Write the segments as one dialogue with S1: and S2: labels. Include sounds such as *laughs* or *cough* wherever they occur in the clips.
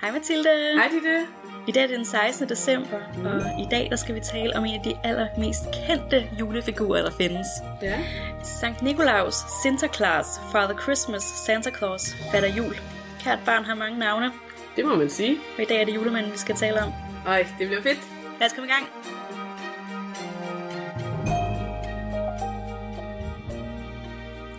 S1: Hej Mathilde.
S2: Hej Ditte.
S1: I dag er det den 16. december, og i dag der skal vi tale om en af de allermest kendte julefigurer, der findes.
S2: Ja.
S1: Sankt Nikolaus, Sinterklaas, Father Christmas, Santa Claus, Fatter Jul. Kært barn har mange navne,
S2: Det må man sige.
S1: og i dag er det julemanden, vi skal tale om.
S2: Ej, det bliver fedt.
S1: Lad os komme i gang.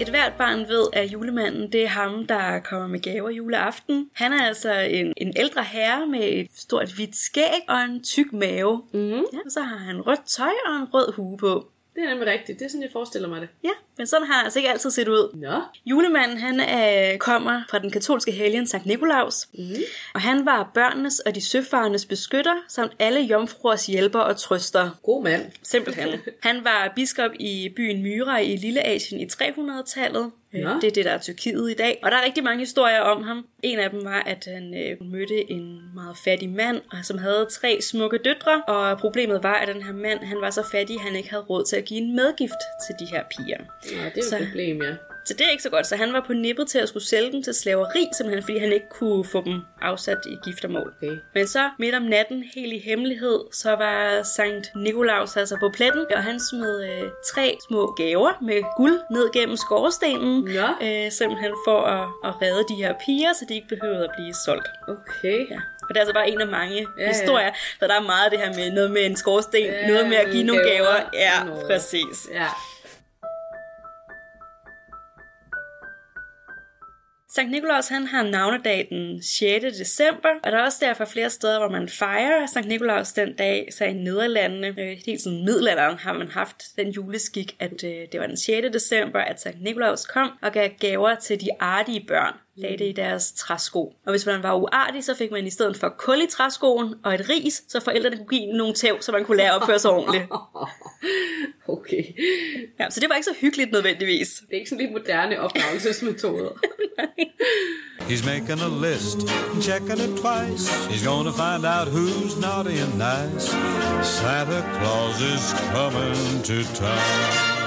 S1: Et hvert barn ved, at julemanden det er ham, der kommer med gaver juleaften. Han er altså en, en ældre herre med et stort hvidt skæg og en tyk mave.
S2: Mm.
S1: Ja, og så har han rødt tøj og en rød hue på.
S2: Det er nemlig rigtigt. Det er sådan, jeg forestiller mig det.
S1: Ja, men sådan har han altså ikke altid set ud.
S2: Nå.
S1: Julemanden han øh, kommer fra den katolske helgen Sankt Nikolaus, mm. og han var børnenes og de søfarendes beskytter, samt alle jomfruers hjælper og trøster.
S2: God mand.
S1: Simpelthen. Han var biskop i byen Myra i Lilleasien i 300-tallet.
S2: Nå.
S1: Det er det, der er Tyrkiet i dag. Og der er rigtig mange historier om ham. En af dem var, at han øh, mødte en meget fattig mand, og som havde tre smukke døtre. Og problemet var, at den her mand han var så fattig, at han ikke havde råd til at give en medgift til de her piger.
S2: Ja, det er jo
S1: Så-
S2: et problem, ja.
S1: Så det er ikke så godt, så han var på nippet til at skulle sælge dem til slaveri, simpelthen fordi han ikke kunne få dem afsat i giftermål.
S2: Okay.
S1: Men så midt om natten, helt i hemmelighed, så var Sankt Nikolaus altså på pletten, og han smed øh, tre små gaver med guld ned gennem skorstenen,
S2: Nå.
S1: øh, simpelthen for at, at redde de her piger, så de ikke behøvede at blive solgt.
S2: Okay.
S1: Ja. Og det er altså bare en af mange ja,
S2: ja.
S1: historier, så der er meget af det her med noget med en skorsten, ja,
S2: Ja,
S1: noget med at give nogle gaver.
S2: gaver.
S1: gaver. Ja,
S2: Nå.
S1: præcis.
S2: Ja.
S1: Sankt Nikolaus han har navnedag den 6. december, og der er også derfor flere steder, hvor man fejrer Sankt Nikolaus den dag, så i Nederlandene, øh, helt siden middelalderen har man haft den juleskik, at øh, det var den 6. december, at Sankt Nikolaus kom og gav gaver til de artige børn, lagde det i deres træsko. Og hvis man var uartig, så fik man i stedet for kul i træskoen og et ris, så forældrene kunne give en nogle tæv, så man kunne lære at opføre sig ordentligt.
S2: Okay.
S1: Ja, så det var ikke så hyggeligt nødvendigvis.
S2: Det er ikke sådan lidt moderne *laughs* opdragelsesmetoder.
S3: He's making a list and checking it twice. He's gonna find out who's naughty and nice. Santa Claus is coming to town.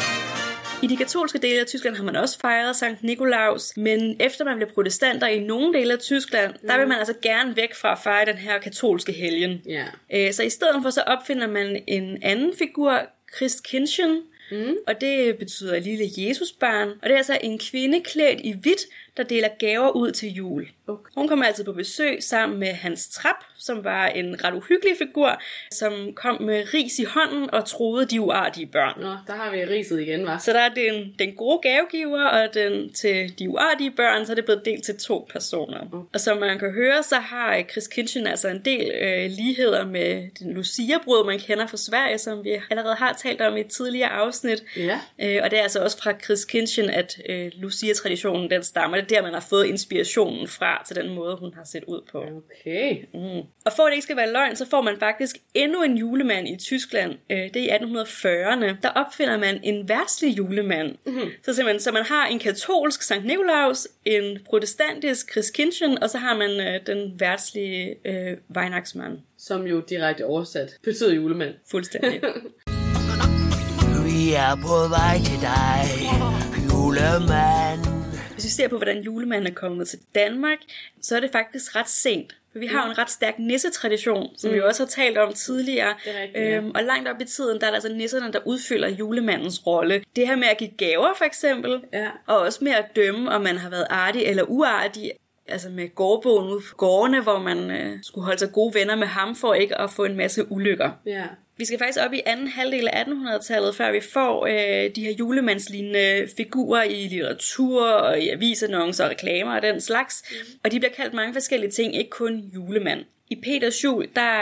S1: I de katolske dele af Tyskland har man også fejret Sankt Nikolaus, men efter man bliver protestanter i nogle dele af Tyskland, mm. der vil man altså gerne væk fra at fejre den her katolske helgen.
S2: ja.
S1: Øh, Så i stedet for så opfinder man en anden figur, Christkindchen, mm. og det betyder lille Jesusbarn. Og det er altså en kvinde klædt i hvidt, der deler gaver ud til jul.
S2: Okay.
S1: Hun kom altid på besøg sammen med Hans Trap, som var en ret uhyggelig figur, som kom med ris i hånden og troede de uartige børn.
S2: Nå, der har vi riset igen, var.
S1: Så der er den, den gode gavegiver, og den til de uartige børn, så er det blevet delt til to personer. Og som man kan høre, så har øh, Chris Kitchen altså en del øh, ligheder med den Lucia-brød, man kender fra Sverige, som vi allerede har talt om i et tidligere afsnit.
S2: Ja.
S1: Øh, og det er altså også fra Chris Kitchen, at øh, Lucia-traditionen den stammer. Det er der, man har fået inspirationen fra til den måde, hun har set ud på.
S2: Okay.
S1: Og for at det ikke skal være løgn, så får man faktisk endnu en julemand i Tyskland. Øh, Det er i 1840'erne. Der opfinder man en værtslig julemand. Mm-hmm. Så, simpelthen, så man har en katolsk Sankt Nikolaus, en protestantisk Christkindchen, og så har man øh, den værtslige øh, Weihnachtsmann.
S2: Som jo direkte oversat betyder julemand. *laughs*
S1: Fuldstændig.
S4: Vi er på vej til dig, julemand.
S1: Hvis vi ser på, hvordan julemanden er kommet til Danmark, så er det faktisk ret sent. For vi har jo en ret stærk nissetradition, som mm. vi jo også har talt om tidligere. Øhm,
S2: Det er rigtigt, ja.
S1: og langt op i tiden, der er der altså nisserne, der udfylder julemandens rolle. Det her med at give gaver, for eksempel,
S2: Ja.
S1: og også med at dømme, om man har været artig eller uartig. Altså med gårdbogen ude på gårdene, hvor man øh, skulle holde sig gode venner med ham, for ikke at få en masse ulykker.
S2: Ja.
S1: Vi skal faktisk op i anden halvdel af 1800-tallet, før vi får øh, de her julemandslignende figurer i litteratur og i avisannoncer og reklamer og den slags. Mm. Og de bliver kaldt mange forskellige ting, ikke kun julemand. I Peters jul, der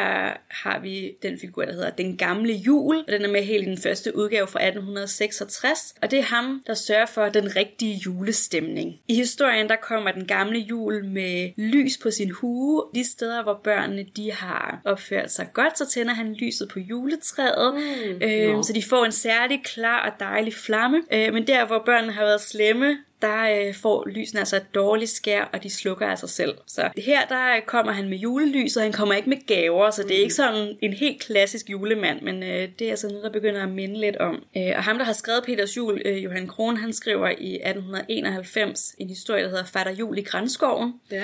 S1: har vi den figur, der hedder Den Gamle Jul, og den er med helt i den første udgave fra 1866, og det er ham, der sørger for den rigtige julestemning. I historien, der kommer Den Gamle Jul med lys på sin hue. De steder, hvor børnene de har opført sig godt, så tænder han lyset på juletræet, Øhm, mm. øh, så de får en særlig klar og dejlig flamme. Øh, men der, hvor børnene har været slemme, der øh, får lysene altså et dårligt skær, og de slukker af sig selv. Så her der øh, kommer han med julelys, og han kommer ikke med gaver, så det er ikke sådan en helt klassisk julemand, men øh, det er altså noget, der begynder at minde lidt om. Øh, og ham, der har skrevet Peters jul, øh, Johan Kron, han skriver i 1891 en historie, der hedder Fatter Jul i Grænskoven.
S2: Ja.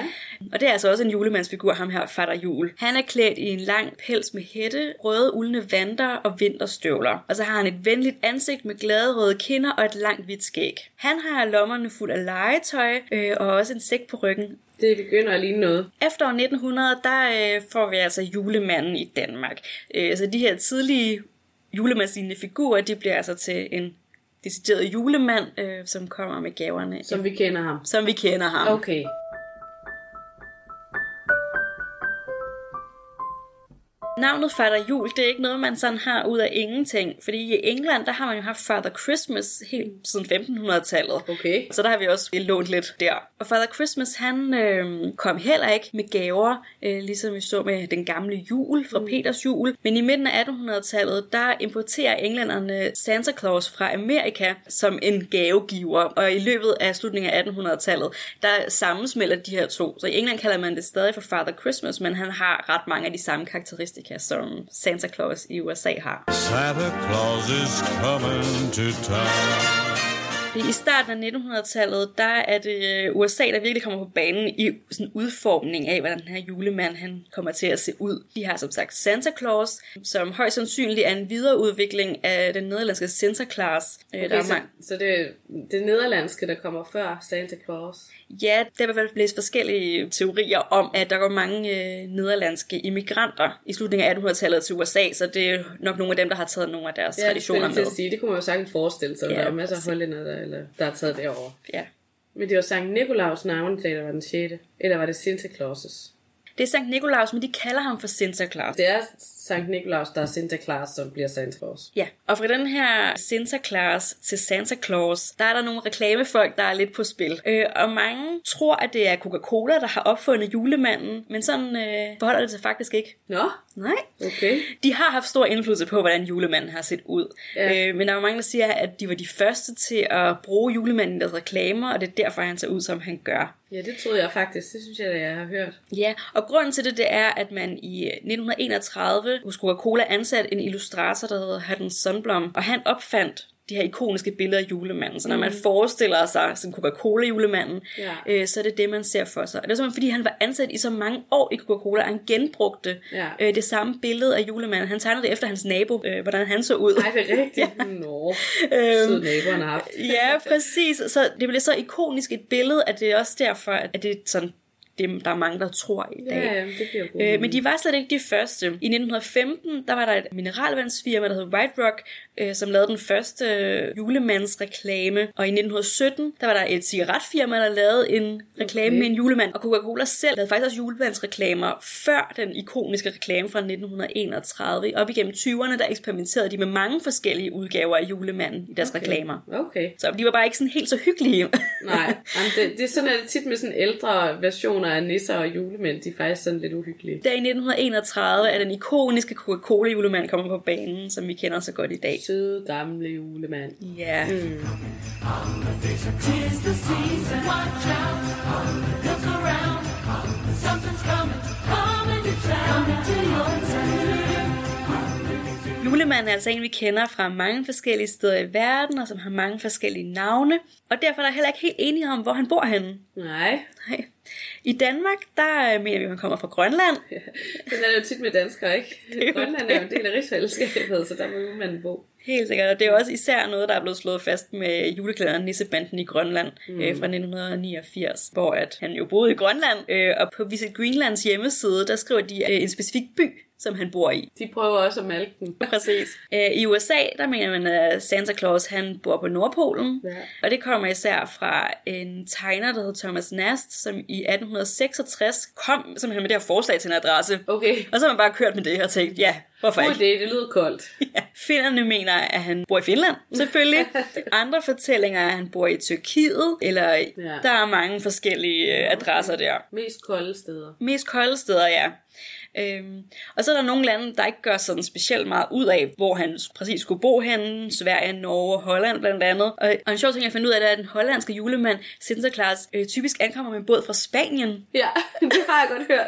S1: Og det er altså også en julemandsfigur, ham her, fatter jul. Han er klædt i en lang pels med hætte, røde uldne vanter og vinterstøvler. Og så har han et venligt ansigt med glade røde kinder og et langt hvidt skæg. Han har lommerne fuld af legetøj øh, og også en sæk på ryggen.
S2: Det begynder at ligne noget.
S1: Efter år 1900, der øh, får vi altså julemanden i Danmark. Øh, så de her tidlige julemadslignende figurer, de bliver altså til en decideret julemand, øh, som kommer med gaverne, som,
S2: Som vi kender ham.
S1: som vi kender ham.
S2: Okay.
S1: Navnet Fader Jul, det er ikke noget, man sådan har ud af ingenting. Fordi i England, der har man jo haft Father Christmas helt siden 1500-tallet.
S2: Okay.
S1: Så der har vi også lånt lidt der. Og Father Christmas, han øh, kom heller ikke med gaver, øh, ligesom vi så med den gamle jul fra Peters jul. Men i midten af 1800-tallet, der importerer englænderne Santa Claus fra Amerika som en gavegiver. Og i løbet af slutningen af 1800-tallet, der sammensmelter de her to. Så i England kalder man det stadig for Father Christmas, men han har ret mange af de samme karakteristika, som Santa Claus i USA har.
S3: Santa Claus is coming to town.
S1: I starten af 1900-tallet, der er det øh, USA, der virkelig kommer på banen i sådan en udformning af, hvordan den her julemand han kommer til at se ud. De har som sagt Santa Claus, som højst sandsynligt er en videreudvikling af den nederlandske Santa Claus. Okay, der
S2: okay
S1: er
S2: så,
S1: mange.
S2: så det er det nederlandske, der kommer før Santa Claus.
S1: Ja, der er i hvert fald blæst forskellige teorier om, at der går mange øh, nederlandske immigranter i slutningen af 1800-tallet til USA, så det er nok nogle af dem, der har taget nogle af deres
S2: Ja, det
S1: traditioner
S2: skulle jeg
S1: med.
S2: til at sige. Det kunne man jo sagtens forestille sig.
S1: Ja,
S2: Ja, der er jo masser af
S1: præcis.
S2: hollænder, der, eller, der er taget derover.
S1: Ja.
S2: Men det var Sankt Nikolaus navnedag, der var den 6. Eller var det Santa Clauses?
S1: Det er Sankt Nikolaus, men de kalder ham for Santa Claus.
S2: Det er Sankt Nikolaus, der er Santa Claus, som bliver Santa Claus.
S1: Ja, og fra den her Santa Claus til Santa Claus, der er der nogle reklamefolk, der er lidt på spil. Øh, og mange tror, at det er Coca-Cola, der har opfundet julemanden, men sådan øh, forholder det sig faktisk ikke.
S2: Nå,
S1: Nej.
S2: okay.
S1: De har haft stor indflydelse på, hvordan julemanden har set ud.
S2: Ja.
S1: Øh, men der er jo mange, der siger, at de var de første til at bruge julemanden i deres reklamer, og det er derfor, han ser ud, som han gør.
S2: Ja, det troede jeg faktisk. Det synes jeg, at jeg har hørt.
S1: Ja, og grunden til det, det er, at man i 1931 hos Coca-Cola ansatte en illustrator, der hedder Hutton Sundblom, og han opfandt de her ikoniske billeder af julemanden. Så når man forestiller sig som Coca-Cola-julemanden,
S2: Mm. Ja.
S1: øh, så er det det, man ser for sig. Og det er simpelthen, fordi han var ansat i så mange år i Coca-Cola, og han genbrugte
S2: Ja.
S1: øh, det samme billede af julemanden. Han tegnede det efter hans nabo, øh, hvordan han så ud.
S2: Nej,
S1: *laughs*
S2: det er rigtigt. ja. Nå, sød naboen har haft.
S1: Øhm, ja, præcis. Så det blev så ikonisk et billede, at det er også derfor, at det er sådan, det, der er mange, der tror i dag.
S2: Ja, ja, det giver god
S1: Øh,
S2: mening.
S1: men de var slet ikke de første. I 1915, der var der et mineralvandsfirma, der hed White Rock, øh, som lavede den første øh, julemandsreklame. Og i 1917, der var der et cigaretfirma, der lavede en reklame okay. med en julemand. Og Coca-Cola selv lavede faktisk også julemandsreklamer før den ikoniske reklame fra 1931. Op igennem 20'erne, der eksperimenterede de med mange forskellige udgaver af julemanden i deres okay. reklamer.
S2: Okay.
S1: Så de var bare ikke sådan helt så hyggelige.
S2: Nej, Jamen, det, det er sådan, at det tit med sådan ældre versioner af nisser og julemænd, de er faktisk sådan lidt uhyggelige.
S1: Der i 1931 er den ikoniske Coca-Cola-julemand kommet på banen, som vi kender så godt i dag.
S2: Søde gamle julemand.
S1: Ja. Mm.
S5: Tis the season. Watch out. Look around. Something's coming. Coming to town. Coming to your town.
S1: Julemanden er altså en, vi kender fra mange forskellige steder i verden, og som har mange forskellige navne. Og derfor er der heller ikke helt enige om, hvor han bor henne.
S2: Nej,
S1: Nej. I Danmark, der øh, mener vi, at han kommer fra Grønland.
S2: sådan er det jo tit med danskere,
S1: *laughs* er jo
S2: ikke? Grønland er jo en del af rigsfællesskabet, så der må julemanden bo.
S1: Helt sikkert, og det er jo også især noget, der er blevet slået fast med juleklæderen Nissebanden i Grønland mm. øh, fra 1989, hvor at han jo boede i Grønland, øh, og på Visit Greenlands hjemmeside, der skriver de øh, en specifik by, som han bor i.
S2: De prøver også at malke den.
S1: Præcis. Øh, I USA, der mener man, at Santa Claus, han bor på Nordpolen.
S2: Ja.
S1: Og det kommer især fra en tegner, der hedder Thomas Nast, som i 1866 kom som han med det her forslag til en adresse.
S2: Okay.
S1: Og så har man bare kørt med det her og tænkt, ja, hvorfor
S2: God
S1: ikke?
S2: idé, det lyder koldt.
S1: *laughs* Ja. Finderne mener, at han bor i Finland,
S2: *laughs*
S1: selvfølgelig. Andre fortællinger er, at han bor i Tyrkiet, eller ja. der er mange forskellige øh, adresser der.
S2: Mest kolde steder.
S1: Mest kolde steder, ja. Øhm, og så er der nogle lande, der ikke gør sådan specielt meget ud af, hvor han præcis skulle bo henne. Sverige, Norge og Holland blandt andet. Og, og en sjov ting, jeg fandt ud af, det er, at den hollandske julemand Sinterklaas øh, typisk ankommer med en båd fra Spanien.
S2: Ja, *laughs* det har jeg godt
S1: *laughs*
S2: hørt.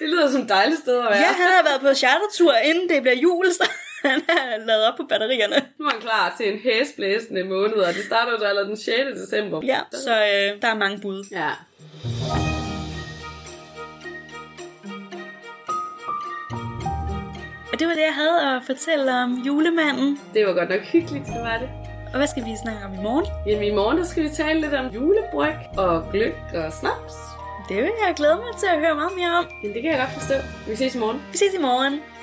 S2: det lyder som et dejligt sted at være.
S1: Ja, han har været på chartertur, inden det bliver jul, så *laughs* han er lavet op på batterierne.
S2: Nu er han klar til en hæsblæsende måned, og det starter jo så allerede den 6. december.
S1: Ja, så øh, der er mange bud.
S2: Ja.
S1: Og det var det, jeg havde at fortælle om julemanden.
S2: Det var godt nok hyggeligt, det var det.
S1: Og hvad skal vi snakke om i morgen?
S2: Jamen i morgen, der skal vi tale lidt om julebryg og gløk og snaps.
S1: Det vil jeg glæde mig til at høre meget mere om.
S2: Men det kan jeg godt forstå. Vi ses i morgen.
S1: Vi ses i morgen.